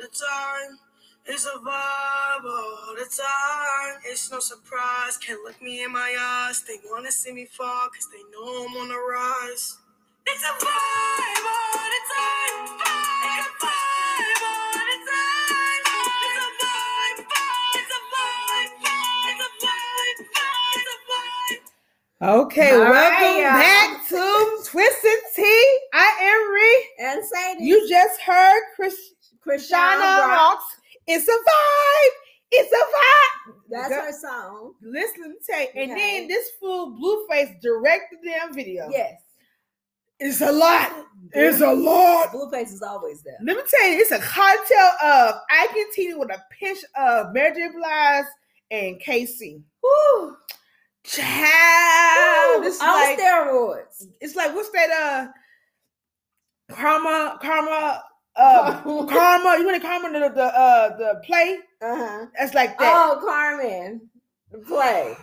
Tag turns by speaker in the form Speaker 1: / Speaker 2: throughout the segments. Speaker 1: the time. It's a vibe all the time. It's no surprise. Can't look me in my eyes. They wanna see me fall, cause they know I'm on the rise. It's a vibe all the time. It's a vibe all the time. It's a vibe. It's a vibe. It's a vibe. It's a vibe. Okay, All welcome right, y'all. back to Twisted Tea. I am Ree. And Sadie. You just heard Chris, Krishana Krishana Rocks. Rocks. It's a vibe. It's a vibe. That's Girl, her song. Listen, let me tell you. And Okay. then this fool Blueface directed the damn video. Yes. It's a lot. It's a lot. Blueface is always there. Let me tell you, it's a cocktail of I can teeny with a pinch of Mary J. Blige and Casey. Woo. Child, Ooh, it's on like, steroids. It's like what's that? Uh, karma, karma, uh, karma. You want to karma the the uh, the play? Uh-huh. That's like that. Oh, Carmen, the play.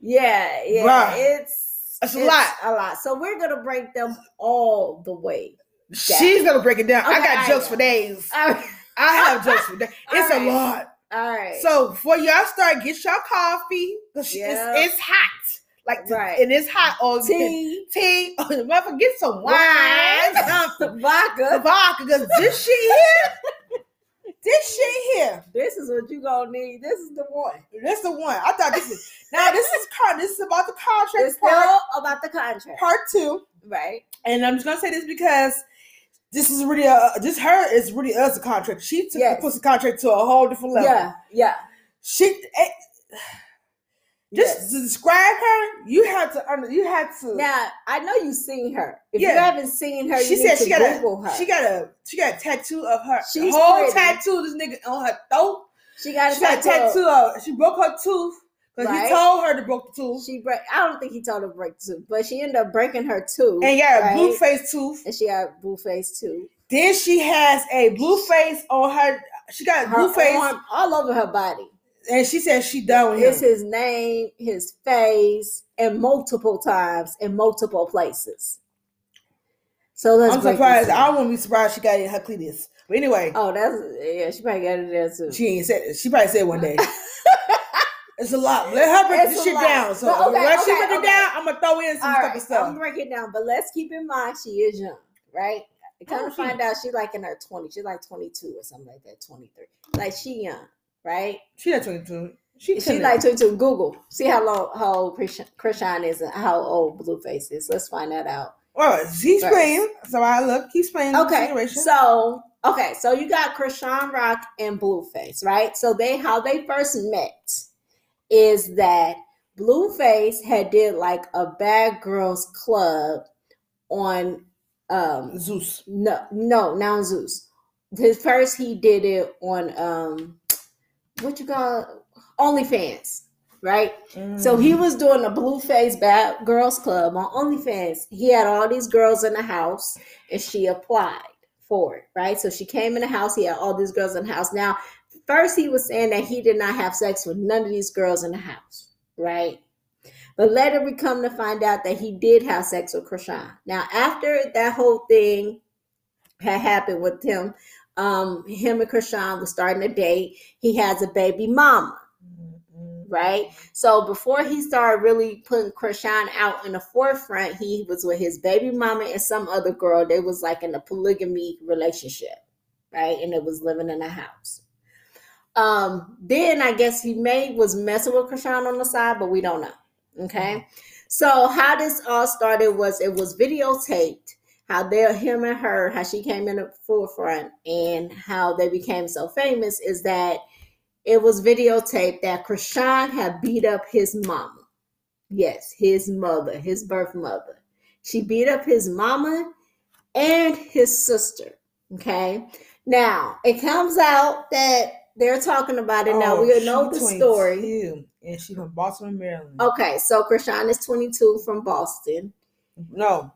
Speaker 1: Yeah, yeah. Bruh. It's it's a it's lot, a lot. So we're gonna break them all the way. down. She's gonna break it down. I Okay, got I jokes know. for days. All right. I have jokes for days. All It's a right. lot. All right. So before y'all start, get your coffee. 'cause she- it's, Yeah. it's hot. Like t- Right. and it's hot all tea. Tea. Oh, motherfucker, get some wine. something. Vodka. Vodka. Because this shit here. This shit here. This is what you gonna need. This is the one. This the one. I thought this is now this is car this is about the contract. It's part, still about the contract. Part two. Right. And I'm just gonna say this because this is really uh this her is really us a contract. She took the pussy contract to a whole different level. Yeah, yeah. She eh, just to describe her, you had to under you had to now I know you've seen her. If you haven't seen her, she said she got a her. she got a she got a tattoo of her She's whole pretty. tattoo of this nigga on her throat. She got a she tattoo. Got a tattoo of she broke her tooth. Cause he Right. told her to break the tooth. She break. I don't think he told her to break the tooth, but she ended up breaking her tooth. And yeah, a blue face tooth. And she got a blue face tooth. Then she has a blue face on her. She got a blue face Oh, arm all over her body. And she said she done with It's him. his name, his face, and multiple times in multiple places. So let's I'm break this surprised. down. I wouldn't be surprised she got it in her cletus. But anyway. Oh, that's yeah. She probably got it there too. She ain't said. She probably said one day. It's a lot. Let her break this shit down. So But okay, once she break it okay, down, okay. I'm gonna throw in some All right, stuff. I'm breaking it down, but let's keep in mind she is young, right? I kind of find out she like in her 20s. She's like 22 or something like that, 23. Like she young, right? She like 22. She, she like 22. Google. See how long how old Krishan Krishan is and how old Blueface is. Let's find that out. Well, he's First. playing. So I look, he's playing. Okay. So okay, so you got Krishan Rock and Blueface, right? So they how they first met is that Blueface had did like a bad girls club on um Zeus. No, no, not on Zeus. His first he did it on um what you call it? OnlyFans, right? So he was doing a Blueface bad girls club on OnlyFans. He had all these girls in the house and she applied for it, right? So she came in the house, he had all these girls in the house. Now first he was saying that he did not have sex with none of these girls in the house, right? But later we come to find out that he did have sex with Krishan. Now, after that whole thing had happened with him, um, him and Krishan was starting to date. He has a baby mama, right? So before he started really putting Krishan out in the forefront, he was with his baby mama and some other girl. They was like in a polygamy relationship, right? And it was living in a house. Um, then I guess he may was messing with Krishan on the side, but we don't know. Okay. So how this all started was it was videotaped, how they him and her, how she came in the forefront and how they became so famous is that it was videotaped that Krishan had beat up his mama. Yes, his mother, his birth mother. She beat up his mama and his sister. Okay. Now it comes out that they're talking about it
Speaker 2: Oh,
Speaker 1: now. We know the story. Oh, And she's from Boston, Maryland. Okay, so Krishan is 22 from Boston. No,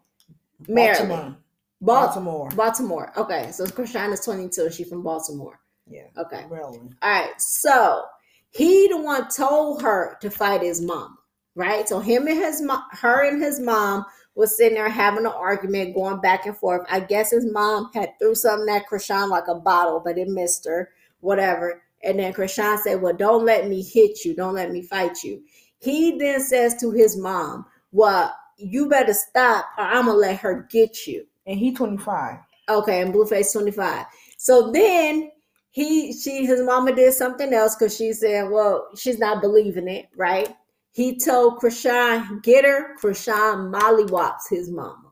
Speaker 1: Maryland. Baltimore. Baltimore. Baltimore. Okay, so Krishan is 22. She's from Baltimore. Yeah. Okay. Maryland. All right. So he the one told her to fight his mom, right? So him and his mom, her and his mom was sitting there having an argument, going back and forth. I guess his mom had threw something at Krishan like a bottle, but it missed her, whatever. And then Krishan said, Well, don't let me hit you. Don't let me fight you. He then says to his mom, Well, you better stop or I'm going to let her get you.
Speaker 2: And he 25.
Speaker 1: Okay, and Blueface 25. So then he she his mama did something else because she said, Well, she's not believing it, right? He told Krishan, get her, Krishan mollywops his mama.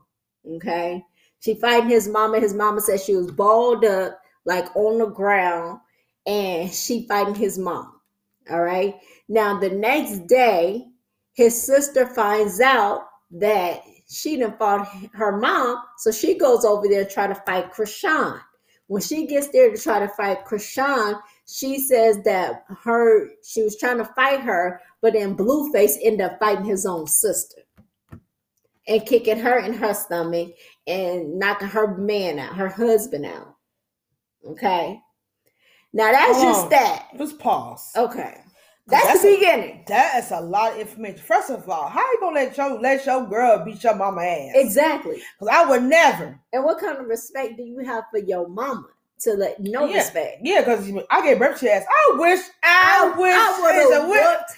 Speaker 1: Okay. She fighting his mama. His mama said she was balled up, like on the ground, and she fighting his mom. All right. Now the next day, his sister finds out that she done fought her mom. So she goes over there to try to fight Krishan. When she gets there to try to fight Krishan, she says that her she was trying to fight her, but then Blueface ended up fighting his own sister and kicking her in her stomach and knocking her man out, her husband out. Okay. Now that's
Speaker 2: Hold
Speaker 1: just
Speaker 2: on.
Speaker 1: that.
Speaker 2: Let's pause.
Speaker 1: Okay. That's, the
Speaker 2: That's a-
Speaker 1: beginning.
Speaker 2: That is a lot of information. First of all, how you gonna let your let your girl beat your mama ass?
Speaker 1: Exactly.
Speaker 2: Cause I would never.
Speaker 1: And what kind of respect do you have for your mama? To like no
Speaker 2: Yeah.
Speaker 1: respect.
Speaker 2: Yeah, cause I gave birth to your ass. I wish. I, wish.
Speaker 1: I
Speaker 2: it's a
Speaker 1: would
Speaker 2: wish.
Speaker 1: have whooped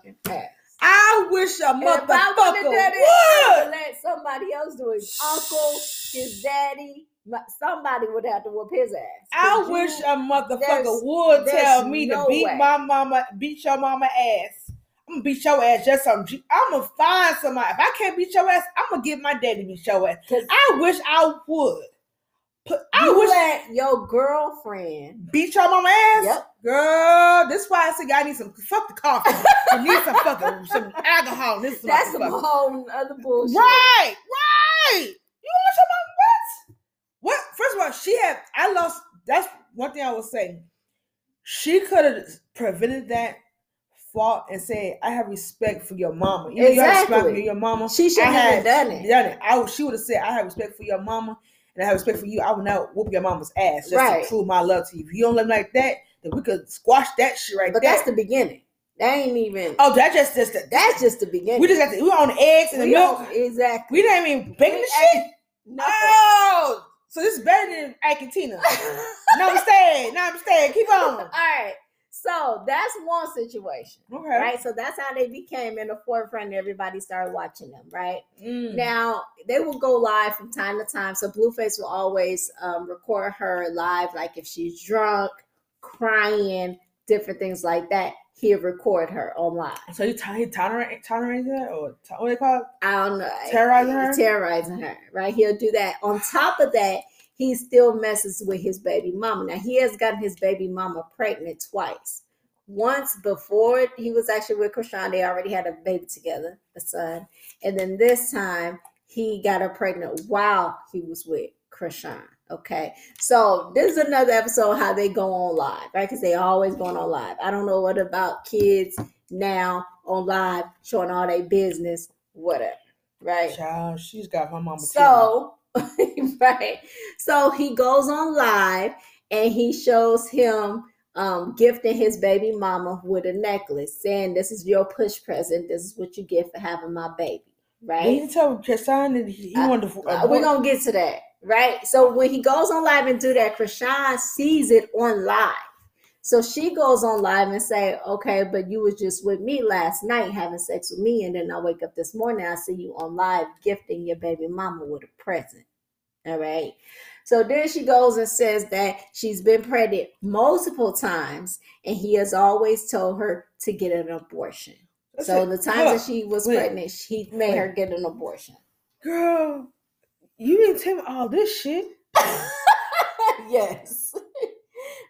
Speaker 1: his motherfucking ass.
Speaker 2: I wish a
Speaker 1: And if I would have done it, I would
Speaker 2: motherfucker would.
Speaker 1: let somebody else do it. His uncle, his daddy, my- somebody would have to whoop his ass. 'Cause
Speaker 2: I
Speaker 1: you-
Speaker 2: wish a motherfucker
Speaker 1: there's-
Speaker 2: would
Speaker 1: there's
Speaker 2: tell me
Speaker 1: no
Speaker 2: to beat
Speaker 1: way.
Speaker 2: my mama, beat your mama ass. I'm gonna beat your ass just some. I'm gonna find somebody. If I can't beat your ass, I'm gonna get my daddy to beat your ass.
Speaker 1: 'Cause
Speaker 2: I wish I would. Put, I
Speaker 1: you
Speaker 2: wish
Speaker 1: let your girlfriend.
Speaker 2: beat your mama ass.
Speaker 1: Yep.
Speaker 2: Girl, this why I said I need some fuck the coffee. I need some fucking some alcohol. in This
Speaker 1: That's some
Speaker 2: motherfucker.
Speaker 1: whole other bullshit.
Speaker 2: Right, right. You want your mama what? What? First of all, she had. I lost. That's one thing I was saying. She could have prevented that fault and said, "I have respect for your mama." You know, you have respect for
Speaker 1: Exactly.
Speaker 2: your mama.
Speaker 1: She
Speaker 2: I
Speaker 1: shouldn't have
Speaker 2: had
Speaker 1: done it.
Speaker 2: done it. I would- she would have said, "I have respect for your mama, and I have respect for you. I will not whoop your mama's ass just
Speaker 1: Right.
Speaker 2: to prove my love to you. If you don't look like that, then we could squash that shit right
Speaker 1: But
Speaker 2: there."
Speaker 1: that's the beginning. That ain't even.
Speaker 2: oh, that just just
Speaker 1: That's just the beginning.
Speaker 2: we just got to, we on eggs and the
Speaker 1: We
Speaker 2: milk.
Speaker 1: don't- Exactly.
Speaker 2: We didn't even bake the
Speaker 1: ain't
Speaker 2: shit.
Speaker 1: Nothing.
Speaker 2: Oh, so this is better than Argentina. no, I'm staying. No, I'm staying. Keep on.
Speaker 1: All right. So that's one situation,
Speaker 2: Okay.
Speaker 1: right? So that's how they became in the forefront. and Everybody started watching them, right?
Speaker 2: Mm.
Speaker 1: Now they will go live from time to time. So Blueface will always um, record her live, like if she's drunk, crying, different things like that. He'll record her on live.
Speaker 2: So you t- he tolerate tolerating that or to- what do they call it?
Speaker 1: I don't know.
Speaker 2: Terrorizing her?
Speaker 1: Terrorizing her, right? He'll do that. On top of that, he still messes with his baby mama. Now, he has gotten his baby mama pregnant twice. Once before he was actually with Krishan, they already had a baby together, a son. And then this time, he got her pregnant while he was with Krishan. Okay. So this is another episode how they go on live, right? Because they always going on live. I don't know what about kids now on live showing all their business, whatever, right?
Speaker 2: Child, she's got my mama. too.
Speaker 1: So, right. So he goes on live and he shows him um, gifting his baby mama with a necklace, saying, "This is your push present. This is what you get for having my baby." Right.
Speaker 2: And you tell Krishan that he, he
Speaker 1: Uh,
Speaker 2: wanted to.
Speaker 1: Uh, we're gonna get to that, right? So when he goes on live and do that, Krishan sees it on live. So she goes on live and say, "Okay, but you was just with me last night having sex with me, and then I wake up this morning, I see you on live gifting your baby mama with a present." All right. So then she goes and says that she's been pregnant multiple times, and he has always told her to get an abortion.
Speaker 2: That's
Speaker 1: so
Speaker 2: it.
Speaker 1: the
Speaker 2: Hold
Speaker 1: times
Speaker 2: on.
Speaker 1: that she was
Speaker 2: Wait.
Speaker 1: pregnant, he made her get an abortion.
Speaker 2: girl, you didn't tell me all this shit.
Speaker 1: yes.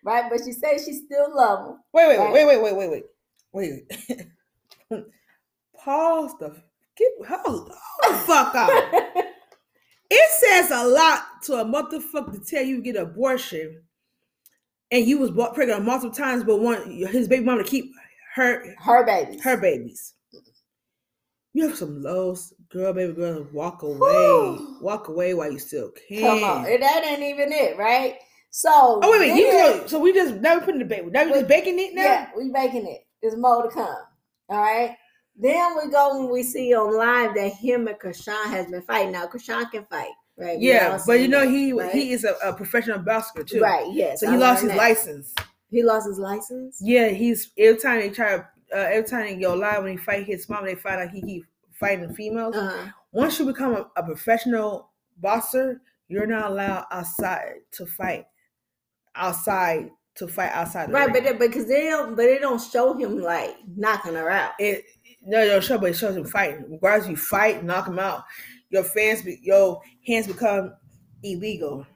Speaker 1: right, but she says she still love him.
Speaker 2: Wait, wait,
Speaker 1: Right.
Speaker 2: wait, wait, wait, wait, wait, wait, wait, wait. Pause the. Get hold, hold the fuck up. It says a lot to a motherfucker to tell you get an abortion, and you was bought pregnant multiple times, but want his baby mama to keep her
Speaker 1: Her baby.
Speaker 2: her babies. You have some lows, girl, baby girl. Walk away,
Speaker 1: Whew.
Speaker 2: walk away while you still can.
Speaker 1: Come on. And that ain't even it, right? So
Speaker 2: Oh wait, wait. You
Speaker 1: then-
Speaker 2: so, so we just now we putting the baby. Now we just baking it now.
Speaker 1: Yeah, we making it. There's more to come. All right. Then we go and we see online that him and Krishan has been fighting. Now Krishan can fight, right? We all
Speaker 2: Yeah, but you
Speaker 1: seen
Speaker 2: know
Speaker 1: that,
Speaker 2: he
Speaker 1: right?
Speaker 2: he is a, a professional boxer too.
Speaker 1: right? Yes.
Speaker 2: So
Speaker 1: I
Speaker 2: he lost his
Speaker 1: learned that.
Speaker 2: license.
Speaker 1: He lost his license.
Speaker 2: Yeah, he's every time they try to uh, every time they go live when he fight his mom, they find out he keep fighting females.
Speaker 1: Uh-huh.
Speaker 2: Once you become a, a professional boxer, you're not allowed outside to fight. Outside to fight outside. the
Speaker 1: Right, but
Speaker 2: ring.
Speaker 1: they- because they don't, but they don't show him like knocking her out.
Speaker 2: it no no show, but it shows him fighting. Regardless, you fight, knock him out. Your fans, be, your hands become illegal.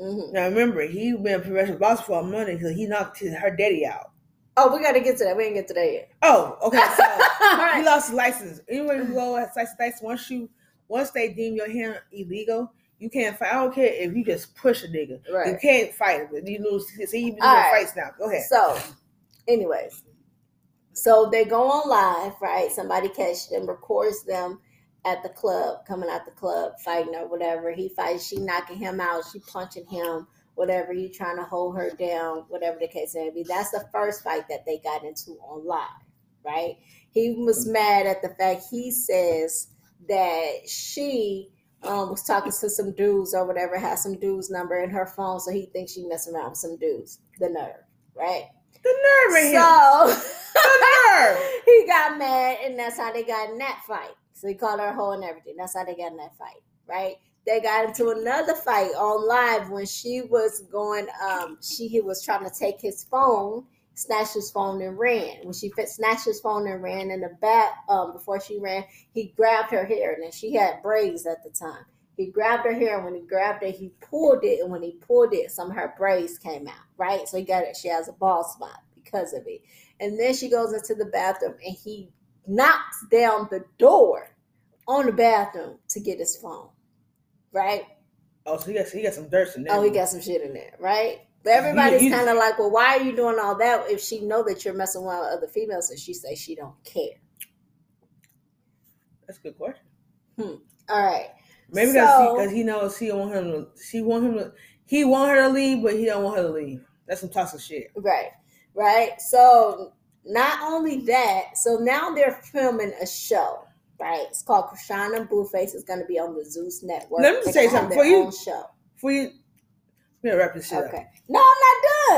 Speaker 1: Mhm.
Speaker 2: Now remember, he been a professional boxer for a month until he knocked his, her daddy out.
Speaker 1: Oh, we got to get to that. We didn't get to that yet.
Speaker 2: Oh, okay. So
Speaker 1: All
Speaker 2: he
Speaker 1: right.
Speaker 2: lost his license. Anywhere
Speaker 1: Mm.
Speaker 2: you go, it's like that's once you once they deem your hand illegal, you can't fight. I don't care if you just push a nigga. You
Speaker 1: Right.
Speaker 2: can't fight, but you lose. See, you lose
Speaker 1: All right.
Speaker 2: fights now. Go ahead.
Speaker 1: So, anyways, so they go on live, right? Somebody catch them, records them at the club, coming out the club, fighting or whatever. He fights, she knocking him out, she punching him, whatever. He trying to hold her down, whatever the case may be. That's the first fight that they got into on live, right? He was mad at the fact he says that she. Um, was talking to some dudes or whatever, had some dudes number in her phone, so he thinks she messing around with some dudes. The nerve right?
Speaker 2: The nerve in him.
Speaker 1: So
Speaker 2: The nerve.
Speaker 1: he got mad, and that's how they got in that fight. So he called her a hoe and everything. That's how they got in that fight, right? They got into another fight on live when she was going. Um, she he was trying to take his phone, snatched his phone and ran. When she fit, snatched his phone and ran in the back, um, before she ran, he grabbed her hair, and then she had braids at the time. He grabbed her hair, and when he grabbed it, he pulled it, and when he pulled it, some of her braids came out, right? So he got it. She has a bald spot because of it. And then she goes into the bathroom and he knocks down the door on the bathroom to get his phone. Right?
Speaker 2: Oh, so he got he got some dirt in there.
Speaker 1: Oh, he got some shit in there, right? But everybody's
Speaker 2: he-
Speaker 1: kind of like, well, why are you doing all that if she know that you're messing around with other females and she say she don't care?
Speaker 2: That's a good question.
Speaker 1: All right.
Speaker 2: Maybe because
Speaker 1: So-
Speaker 2: he, knows he don't want him. To, she want him to. He want her to leave, but he don't want her to leave. That's some toxic shit.
Speaker 1: Right, right. So not only that, so now they're filming a show, right? It's called Krishana Blueface. It's going to be on the Zeus Network.
Speaker 2: Let me
Speaker 1: They're
Speaker 2: say
Speaker 1: gonna have
Speaker 2: something
Speaker 1: their
Speaker 2: for you.
Speaker 1: own Show.
Speaker 2: For you, we gotta wrap this shit up.
Speaker 1: Okay. No, I'm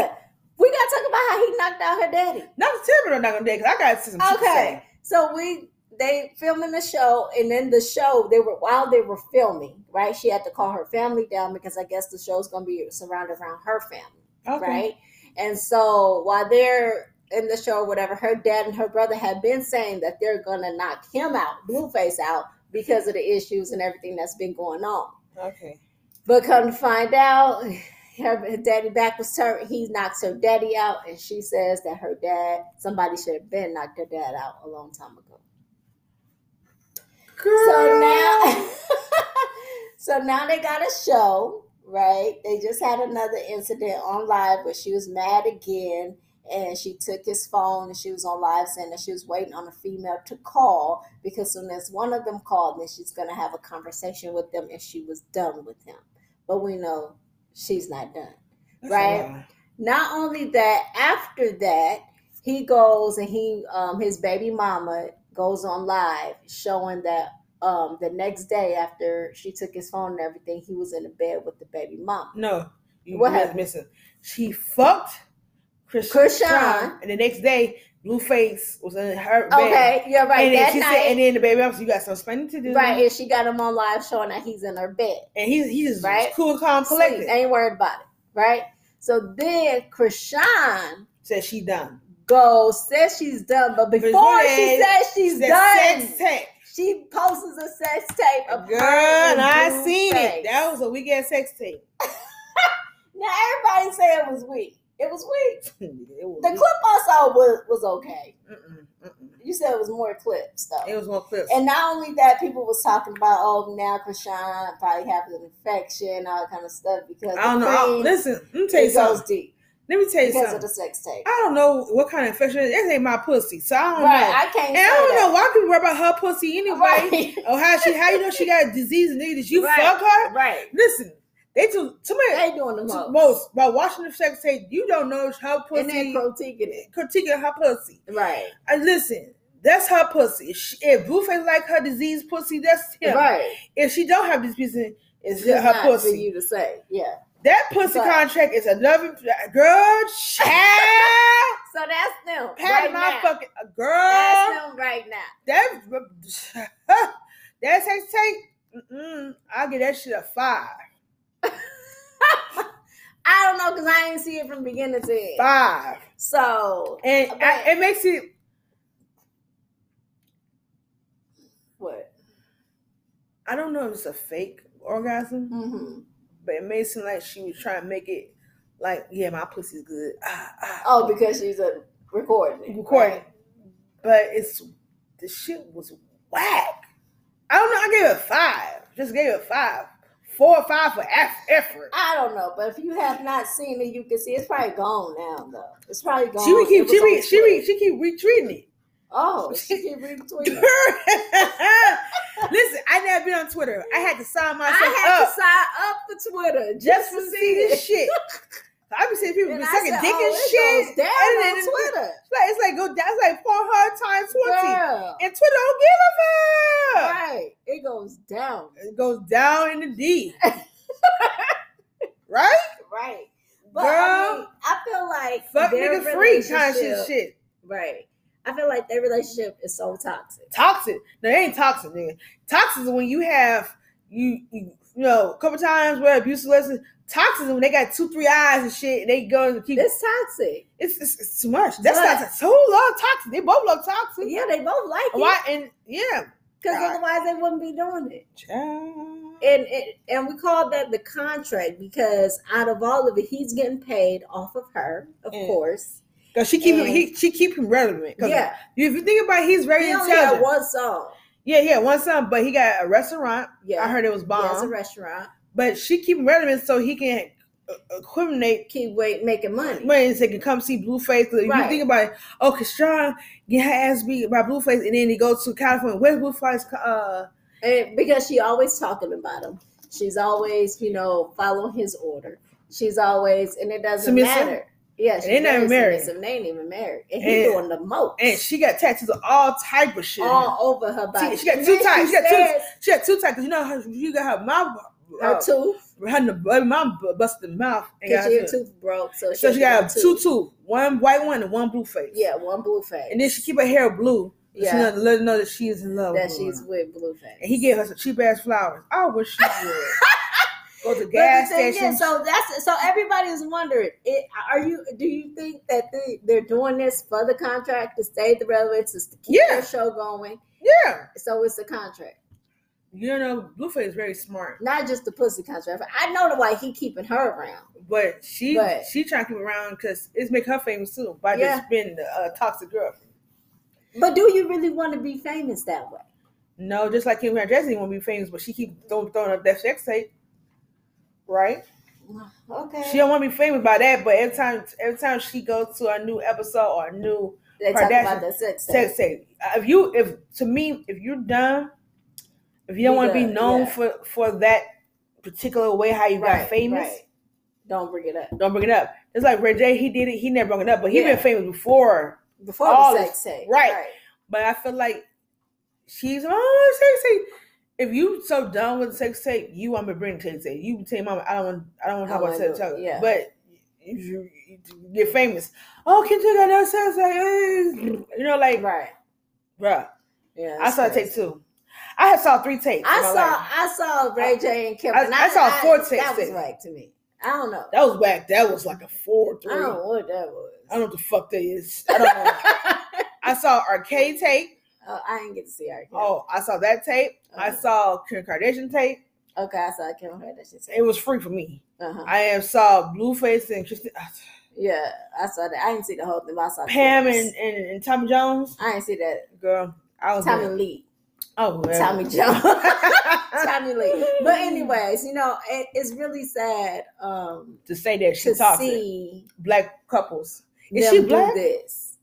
Speaker 1: not done. We gotta talk about how he knocked out her daddy.
Speaker 2: Not to tell me I'm not gonna date because I got some. shit to
Speaker 1: Okay.
Speaker 2: say.
Speaker 1: So we they filming the show and in the show they were while they were filming, right? She had to call her family down because I guess the show's gonna be surrounded around her family.
Speaker 2: Okay.
Speaker 1: right? And so while they're in the show, or whatever, her dad and her brother have been saying that they're gonna knock him out, Blueface out, because of the issues and everything that's been going on.
Speaker 2: Okay.
Speaker 1: But come to find out, her, her daddy back was turned. He knocks her daddy out, and she says that her dad, somebody should have been knocked her dad out a long time ago.
Speaker 2: Girl.
Speaker 1: So now, so now they got a show, right? They just had another incident on live where she was mad again, and she took his phone, and she was on live saying that she was waiting on a female to call because soon as one of them called, then she's gonna have a conversation with them, and she was done with him. But we know she's not done
Speaker 2: That's a
Speaker 1: right?
Speaker 2: lie.
Speaker 1: not only that after that he goes and he um his baby mama goes on live showing that um the next day after she took his phone and everything he was in the bed with the baby mama
Speaker 2: No. You
Speaker 1: What
Speaker 2: what
Speaker 1: happened?
Speaker 2: missing? She fucked Chris
Speaker 1: Krishan.
Speaker 2: Krishan, and the next day, Blueface was in her bed.
Speaker 1: okay yeah right
Speaker 2: And then
Speaker 1: that
Speaker 2: she said, and
Speaker 1: night
Speaker 2: then the baby mama, said, you got some spending to do.
Speaker 1: right and she got him on live showing that he's in her bed
Speaker 2: And he's he's just
Speaker 1: Right.
Speaker 2: cool, calm,
Speaker 1: Sleep,
Speaker 2: collected.
Speaker 1: ain't worried about it right so then krishan
Speaker 2: Said she done.
Speaker 1: goes says she's done but
Speaker 2: Before
Speaker 1: before she
Speaker 2: that,
Speaker 1: says she's
Speaker 2: Said
Speaker 1: done
Speaker 2: sex tech.
Speaker 1: She posts a sex tape of
Speaker 2: Girl,
Speaker 1: her
Speaker 2: and
Speaker 1: and
Speaker 2: I
Speaker 1: Blueface.
Speaker 2: seen it. That was a weekend sex tape.
Speaker 1: now everybody say it was weak. It was weak.
Speaker 2: It was,
Speaker 1: The clip I saw was, was okay.
Speaker 2: Mm-mm, mm-mm.
Speaker 1: You said it was more clips
Speaker 2: It
Speaker 1: though.
Speaker 2: was one clip.
Speaker 1: And not only that, people was talking about oh now Krishan probably has an infection, all that kind of stuff because
Speaker 2: I don't
Speaker 1: the
Speaker 2: know. I-
Speaker 1: cream,
Speaker 2: listen, let me tell you
Speaker 1: it goes
Speaker 2: something.
Speaker 1: deep
Speaker 2: Let me tell you
Speaker 1: because of
Speaker 2: something.
Speaker 1: the sex tape.
Speaker 2: I don't know what kind of infection. it is. This ain't my pussy, so I don't know.
Speaker 1: right, I can't.
Speaker 2: and
Speaker 1: say
Speaker 2: I don't know
Speaker 1: that.
Speaker 2: why people worry about her pussy anyway.
Speaker 1: Right,
Speaker 2: Or how she, how you know she got a disease? and Nigga, did you
Speaker 1: Right.
Speaker 2: fuck her?
Speaker 1: right.
Speaker 2: Listen, they do somebody
Speaker 1: They doing the
Speaker 2: to
Speaker 1: most,
Speaker 2: most by watching the sex tape. You don't know her
Speaker 1: and then
Speaker 2: pussy,
Speaker 1: critiquing it.
Speaker 2: critiquing her pussy.
Speaker 1: Right,
Speaker 2: And listen, That's her pussy. If, she, if Blueface like her disease pussy, that's him.
Speaker 1: Right.
Speaker 2: If she don't have this pussy, it's,
Speaker 1: It's
Speaker 2: her
Speaker 1: not for
Speaker 2: pussy.
Speaker 1: you to say. Yeah.
Speaker 2: That pussy
Speaker 1: But-
Speaker 2: contract is a loving girl. Child,
Speaker 1: So that's them.
Speaker 2: pat
Speaker 1: right
Speaker 2: my
Speaker 1: now.
Speaker 2: fucking girl. uh,
Speaker 1: That's them right now.
Speaker 2: That that sex tape, mm-mm, I'll give that shit a five.
Speaker 1: I don't know because I ain't see it from beginning to end.
Speaker 2: Five.
Speaker 1: So
Speaker 2: And I, it makes it
Speaker 1: what?
Speaker 2: I don't know if it's a fake orgasm,
Speaker 1: Mm-hmm.
Speaker 2: but it may seem like she was trying to make it like, yeah, my pussy's good. Ah, ah.
Speaker 1: Oh, because she's a recording. it,
Speaker 2: recording.
Speaker 1: right?
Speaker 2: But it's the shit was whack. I don't know, I gave it a five. Just gave it a five. Four or five for eff- effort.
Speaker 1: I don't know, but if you have not seen it, you can see it's probably gone now. Though it's probably gone.
Speaker 2: She would
Speaker 1: It
Speaker 2: keep
Speaker 1: was
Speaker 2: she
Speaker 1: on
Speaker 2: re, she
Speaker 1: Twitter.
Speaker 2: re, she keep retweeting it.
Speaker 1: Oh, she keep retweeting.
Speaker 2: Listen, I never been on Twitter. I had to sign
Speaker 1: I
Speaker 2: myself
Speaker 1: had
Speaker 2: up
Speaker 1: to sign up for Twitter just,
Speaker 2: just
Speaker 1: to
Speaker 2: to see this
Speaker 1: it.
Speaker 2: shit. I be seeing people
Speaker 1: And
Speaker 2: be
Speaker 1: I
Speaker 2: sucking
Speaker 1: said,
Speaker 2: dick and
Speaker 1: oh, it
Speaker 2: shit.
Speaker 1: goes down
Speaker 2: And
Speaker 1: on
Speaker 2: then-
Speaker 1: Twitter.
Speaker 2: It's like it's like go that's like four hard times twenty,
Speaker 1: Girl,
Speaker 2: and Twitter don't give a fuck.
Speaker 1: right? It goes down.
Speaker 2: It goes down in the D, right?
Speaker 1: Right. But I,
Speaker 2: Girl.
Speaker 1: mean, I feel like
Speaker 2: Fuck
Speaker 1: their
Speaker 2: nigga free kind of shit,
Speaker 1: relationship-
Speaker 2: shit.
Speaker 1: Right. I feel like their relationship is so toxic.
Speaker 2: Toxic. No, it ain't toxic, nigga. Toxic is when you have you you, you know a couple times where abuse lessons. Toxic is when they got two three eyes and shit. And they go and keep.
Speaker 1: It's toxic.
Speaker 2: it's, it's, it's too much. That's
Speaker 1: But-
Speaker 2: not so love toxic. They both love toxic.
Speaker 1: Yeah, they both like
Speaker 2: Why
Speaker 1: it
Speaker 2: and yeah.
Speaker 1: because otherwise they wouldn't be doing it.
Speaker 2: Child.
Speaker 1: And, and and we call that the contract because out of all of it, he's getting paid off of her, of
Speaker 2: Mm.
Speaker 1: course.
Speaker 2: Cause she keep him,
Speaker 1: And-
Speaker 2: he she keep him relevant. 'Cause
Speaker 1: Yeah,
Speaker 2: if you think about, it, he's very
Speaker 1: he only had
Speaker 2: intelligent.
Speaker 1: one song.
Speaker 2: yeah, yeah, one son, but he got a restaurant.
Speaker 1: Yeah,
Speaker 2: I heard it was bomb.
Speaker 1: He has a restaurant.
Speaker 2: but she keep him relevant so he can uh, accumulate
Speaker 1: Keep wait making money.
Speaker 2: money so he can come see Blueface. 'Cause If
Speaker 1: Right.
Speaker 2: you think about it, oh, Kastron get her ass beat by Blueface, and then he goes to California. Where's Blueface? Uh,
Speaker 1: And because she always talking about him. She's always, you know, follow his order. She's always, and it doesn't
Speaker 2: Submissive?
Speaker 1: matter. Yeah, she's
Speaker 2: they not
Speaker 1: very
Speaker 2: even married.
Speaker 1: submissive. They ain't even married, and he
Speaker 2: And-
Speaker 1: doing the most
Speaker 2: and she got tattoos of all type of shit.
Speaker 1: all over her body.
Speaker 2: See, she got
Speaker 1: And
Speaker 2: two
Speaker 1: then
Speaker 2: types. She got two-
Speaker 1: says
Speaker 2: she got two tattoos. You know, her, you got her mouth, uh,
Speaker 1: Her tooth,
Speaker 2: her, n- her mom bu- busted mouth, and
Speaker 1: because
Speaker 2: Oh. got
Speaker 1: your
Speaker 2: her-
Speaker 1: tooth broke, so she,
Speaker 2: so she got
Speaker 1: two.
Speaker 2: two tooth, one white one and one blue face.
Speaker 1: Yeah, one blue face,
Speaker 2: and then she keep her hair blue. Yeah,
Speaker 1: Yeah.
Speaker 2: she let, let her know that she is in love.
Speaker 1: that
Speaker 2: with
Speaker 1: she's
Speaker 2: her.
Speaker 1: with blue face.
Speaker 2: and he gave her some cheap ass flowers. I wish she would go to
Speaker 1: But the
Speaker 2: gas
Speaker 1: thing
Speaker 2: station.
Speaker 1: is, so that's so everybody's wondering: it, are you? Do you think that they, they're doing this for the contract to stay the relevance, to keep
Speaker 2: Yeah.
Speaker 1: their show going?
Speaker 2: yeah,
Speaker 1: So it's the contract,
Speaker 2: you know, Blueface is very smart,
Speaker 1: not just the pussy contract. I know why he keeping her around.
Speaker 2: but she
Speaker 1: But-
Speaker 2: she trying to keep around because it's make her famous too by
Speaker 1: Yeah.
Speaker 2: just being the uh, toxic girlfriend.
Speaker 1: But do you really want to be famous that way?
Speaker 2: No, just like Kim Kardashian want to be famous, but she keep throwing, throwing up that sex tape, right?
Speaker 1: Okay,
Speaker 2: She don't want to be famous by that, but every time every time she goes to a new episode or a new
Speaker 1: they talk about
Speaker 2: Kardashian-
Speaker 1: the sex. tape.
Speaker 2: sex tape. uh, If you, if to me, if you're done, if you don't
Speaker 1: You
Speaker 2: want to be
Speaker 1: done,
Speaker 2: known
Speaker 1: yeah.
Speaker 2: for for that particular way how you got famous,
Speaker 1: right. Don't bring it up
Speaker 2: don't bring it up. It's like Ray J, he did it, he never brought it up, but he
Speaker 1: Yeah.
Speaker 2: been famous before.
Speaker 1: before
Speaker 2: All
Speaker 1: the
Speaker 2: is-
Speaker 1: sex tape.
Speaker 2: right. But I feel like she's oh sex tape. If you so done with sex tape, you want to bring sex tape. You tell your mama, I don't want, I don't want to
Speaker 1: I
Speaker 2: talk about
Speaker 1: wanna
Speaker 2: sex
Speaker 1: do it,
Speaker 2: tape.
Speaker 1: yeah.
Speaker 2: But you, you get famous. Oh, can you got no sex tape? You know, like,
Speaker 1: right.
Speaker 2: bruh.
Speaker 1: Yeah,
Speaker 2: I
Speaker 1: that's
Speaker 2: saw
Speaker 1: crazy.
Speaker 2: tape two. I had saw three tapes.
Speaker 1: I
Speaker 2: in my
Speaker 1: saw
Speaker 2: life.
Speaker 1: I saw Ray J and Kim.
Speaker 2: I-
Speaker 1: and
Speaker 2: I saw four
Speaker 1: That was
Speaker 2: texts.
Speaker 1: whack to me. I don't know.
Speaker 2: that was whack. That was like a four
Speaker 1: I
Speaker 2: three. I
Speaker 1: don't
Speaker 2: don't,
Speaker 1: know what that was.
Speaker 2: know what the fuck that is. I don't know. I saw arcade tape.
Speaker 1: oh, I didn't get to see her. Kim.
Speaker 2: Oh, I saw that tape. I
Speaker 1: Uh-huh.
Speaker 2: saw Kim Kardashian tape.
Speaker 1: okay. I saw Kim Kardashian.
Speaker 2: It was free for me.
Speaker 1: Uh-huh.
Speaker 2: I am saw Blueface and Christi- uh,
Speaker 1: yeah, I saw that. I didn't see the whole thing. But I saw
Speaker 2: Pam
Speaker 1: clips.
Speaker 2: and, and, and Tommy Jones.
Speaker 1: I didn't see that.
Speaker 2: Girl, I was
Speaker 1: Tommy
Speaker 2: in.
Speaker 1: Lee,
Speaker 2: Oh, man.
Speaker 1: Tommy Jones, Tommy Lee. But anyways, you know, it, it's really sad um,
Speaker 2: to say that she
Speaker 1: to
Speaker 2: talks to
Speaker 1: see
Speaker 2: black couples. Is
Speaker 1: them
Speaker 2: she
Speaker 1: do
Speaker 2: black?
Speaker 1: this.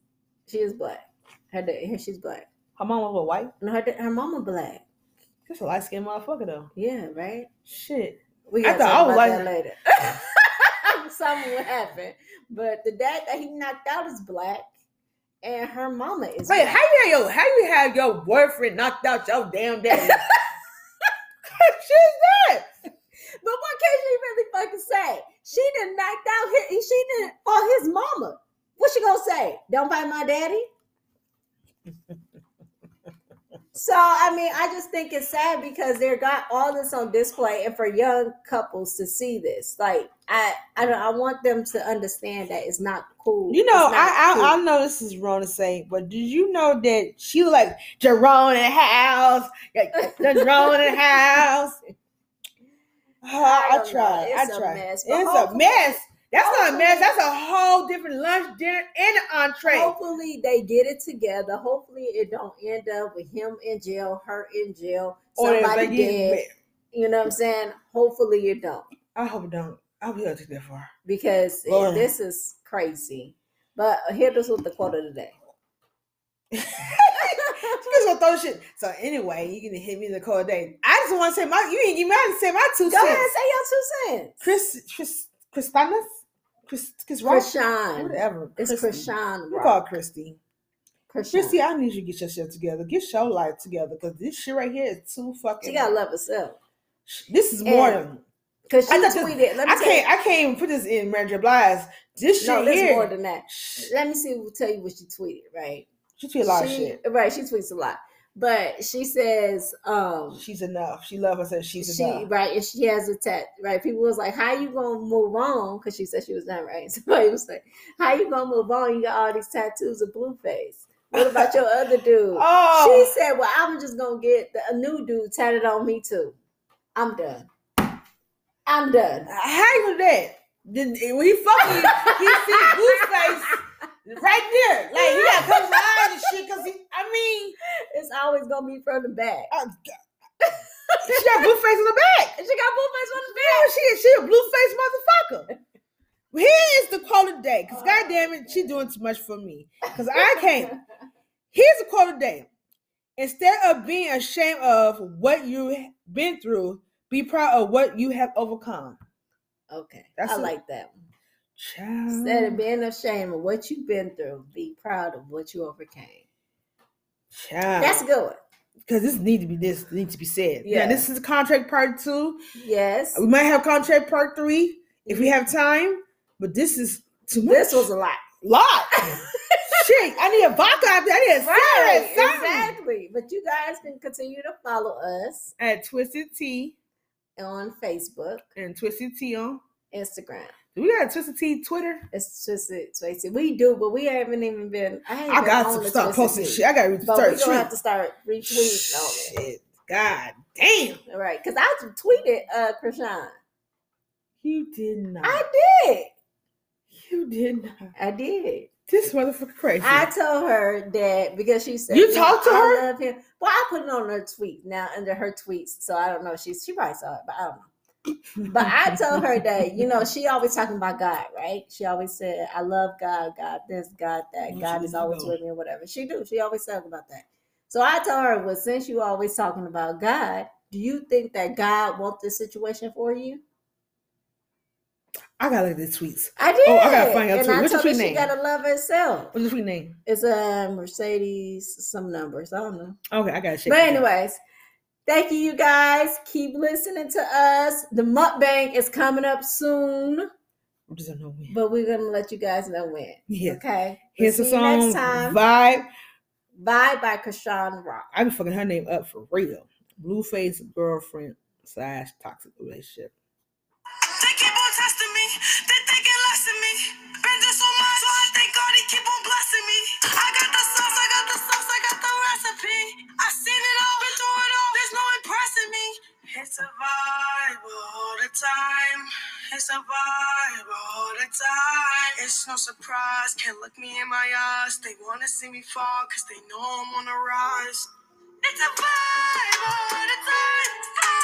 Speaker 1: She is black. Her, da- she's black.
Speaker 2: Her mom was a white.
Speaker 1: No, her, da- her mama black.
Speaker 2: She's a light skinned motherfucker though.
Speaker 1: Yeah, right.
Speaker 2: Shit.
Speaker 1: We
Speaker 2: I
Speaker 1: gotta
Speaker 2: thought I
Speaker 1: talk
Speaker 2: was
Speaker 1: about that
Speaker 2: like-
Speaker 1: later. Something will happen. But the dad that he knocked out is black. and her mama is.
Speaker 2: Wait,
Speaker 1: black.
Speaker 2: how you had your how you had your boyfriend knocked out your damn daddy? She's that.
Speaker 1: But what can she really fucking say? She didn't knocked out his, she didn't or his mama. What she gonna say? Don't bite my daddy. so I mean, I just think it's sad because they got all this on display, and for young couples to see this, like I, I don't, I want them to understand that it's not cool.
Speaker 2: You know,
Speaker 1: It's not
Speaker 2: I,
Speaker 1: cool.
Speaker 2: I I know this is wrong to say, but did you know that she look like Jerome in the house? Like, Jerome in the house. Oh,
Speaker 1: I
Speaker 2: I,
Speaker 1: don't know.
Speaker 2: tried.
Speaker 1: It's
Speaker 2: I
Speaker 1: a
Speaker 2: tried.
Speaker 1: mess, but
Speaker 2: It's a
Speaker 1: hopefully-
Speaker 2: mess. That's not a
Speaker 1: hopefully-
Speaker 2: mess. That's a whole different lunch, dinner, and an entree.
Speaker 1: Hopefully they get it together. Hopefully it don't end up with him in jail, her in jail,
Speaker 2: Or if
Speaker 1: somebody
Speaker 2: Oh, they get-
Speaker 1: dead. You know what I'm saying? Hopefully it don't.
Speaker 2: I hope it don't. I hope it don't take that far.
Speaker 1: because it-
Speaker 2: Lord.
Speaker 1: this is crazy. But hit us with the quote of the day.
Speaker 2: You just gonna throw shit. So anyway, you can hit me in the cold day. I just want to say my. You ain't give me. I didn't say my two
Speaker 1: Go ahead,
Speaker 2: cents.
Speaker 1: say your two cents.
Speaker 2: Chris, Chris, Christanas, Chris, Chris Rock,
Speaker 1: Krishan.
Speaker 2: whatever.
Speaker 1: It's
Speaker 2: Christy.
Speaker 1: Krishan.
Speaker 2: We
Speaker 1: Rock.
Speaker 2: call Christy.
Speaker 1: Krishan.
Speaker 2: Christy, I need you to get your shit together. Get your life together, cause this shit right here is too fucking.
Speaker 1: She gotta love herself.
Speaker 2: This is more.
Speaker 1: And-
Speaker 2: than-
Speaker 1: Cause she
Speaker 2: I thought this-
Speaker 1: tweeted. Let me
Speaker 2: I
Speaker 1: tell you-
Speaker 2: can't. I can't even put this in Mary J. Blige. This shit
Speaker 1: No, there's more
Speaker 2: here.
Speaker 1: than that. Let me see. Tell you what she tweeted. Right.
Speaker 2: She tweet a lot of
Speaker 1: she,
Speaker 2: shit.
Speaker 1: Right. She tweets a lot, but she says, um,
Speaker 2: She's enough. She love herself. She's
Speaker 1: she
Speaker 2: enough.
Speaker 1: right and she has a tat right people was like how you gonna move on because she said she was not right somebody was like how you gonna move on you got all these tattoos of blue face what about your other dude
Speaker 2: Oh,
Speaker 1: she said well i'm just gonna get the, a new dude tatted on me too i'm done i'm done
Speaker 2: How you do that? Did, when he fucking, he see Blueface right there. Like he got close eyes and shit. Cause he, I mean,
Speaker 1: it's always gonna be from the back
Speaker 2: uh, she got Blueface in the back.
Speaker 1: and she got blue face on the back
Speaker 2: Yeah, she she a Blueface motherfucker. Here is the quote of the day.
Speaker 1: Oh.
Speaker 2: Cause goddamn it, she doing too much for me. Cause I can't. Here's the quote of the day. Instead of being ashamed of what you've been through, be proud of what you have overcome.
Speaker 1: okay
Speaker 2: That's Mm-hmm.
Speaker 1: i
Speaker 2: it.
Speaker 1: like that one.
Speaker 2: Child.
Speaker 1: instead of being ashamed of what you've been through be proud of what you overcame
Speaker 2: Child.
Speaker 1: that's a good one
Speaker 2: because this need to be this need to be said. Yeah,
Speaker 1: Yeah.
Speaker 2: this is contract part two.
Speaker 1: yes
Speaker 2: We might have contract part three if we have time, but this is too much.
Speaker 1: this was a lot
Speaker 2: lot. Shit, I need a vodka. out there. I need a
Speaker 1: Right,
Speaker 2: cigarette. something.
Speaker 1: exactly. But you guys can continue to follow us
Speaker 2: At Twisted Tea
Speaker 1: on Facebook,
Speaker 2: and Twisted Tea on.
Speaker 1: Instagram.
Speaker 2: Do we got a Twisted Tea Twitter?
Speaker 1: It's just it, Tracy. We do, but we haven't even been. I, ain't
Speaker 2: I
Speaker 1: been
Speaker 2: got
Speaker 1: on
Speaker 2: to
Speaker 1: the
Speaker 2: start
Speaker 1: Twisted
Speaker 2: posting
Speaker 1: Tea.
Speaker 2: shit. I got to
Speaker 1: But
Speaker 2: start
Speaker 1: we're gonna have to
Speaker 2: tweeting.
Speaker 1: start retweeting on it.
Speaker 2: Shit, God damn.
Speaker 1: All right, because I just tweeted uh Krishan.
Speaker 2: You did not.
Speaker 1: I did.
Speaker 2: you did not.
Speaker 1: I did.
Speaker 2: This motherfucker crazy.
Speaker 1: I told her that because she said
Speaker 2: You
Speaker 1: know,
Speaker 2: talked to
Speaker 1: I
Speaker 2: her?
Speaker 1: Love him. Well, I put it on her tweet now under her tweets, so I don't know. She she probably saw it, but I don't know. But I told her that, you know, she always talking about God, right? She always said, I love God, God this, God that,
Speaker 2: Yeah,
Speaker 1: God
Speaker 2: she
Speaker 1: is
Speaker 2: do
Speaker 1: always
Speaker 2: know.
Speaker 1: with me, or whatever. She do. She always talk about that. So I told her, well, since you always talking about God, do you think that God wants this situation for you?
Speaker 2: I gotta look at the tweets.
Speaker 1: I did.
Speaker 2: Oh, I gotta find out
Speaker 1: and
Speaker 2: too.
Speaker 1: I
Speaker 2: What's your
Speaker 1: told
Speaker 2: tweet
Speaker 1: her she
Speaker 2: name?
Speaker 1: gotta love herself.
Speaker 2: What's the tweet name?
Speaker 1: It's a Mercedes, some numbers. I don't know.
Speaker 2: Okay, I gotta check.
Speaker 1: But
Speaker 2: this out.
Speaker 1: anyways, thank you, you guys. Keep listening to us. The mukbang is coming up soon,
Speaker 2: We just don't know when.
Speaker 1: but we're gonna let you guys know when.
Speaker 2: Yeah.
Speaker 1: Okay. We'll
Speaker 2: Here's the
Speaker 1: see
Speaker 2: song
Speaker 1: You next time.
Speaker 2: Vibe.
Speaker 1: Bye by Krishan Rock.
Speaker 2: I be fucking her name up for real. Blueface girlfriend slash toxic relationship.
Speaker 3: They keep on testing me. They thinking less of me. Been through so much, so I thank God he keep on blessing me. I got the sauce, I got the sauce, I got the recipe. I seen it all, been through it all. There's no impressing me. It's a vibe all the time. It's a vibe all the time. It's no surprise. Can't look me in my eyes. They wanna see me fall, cause they know I'm on the rise. It's a vibe all the time.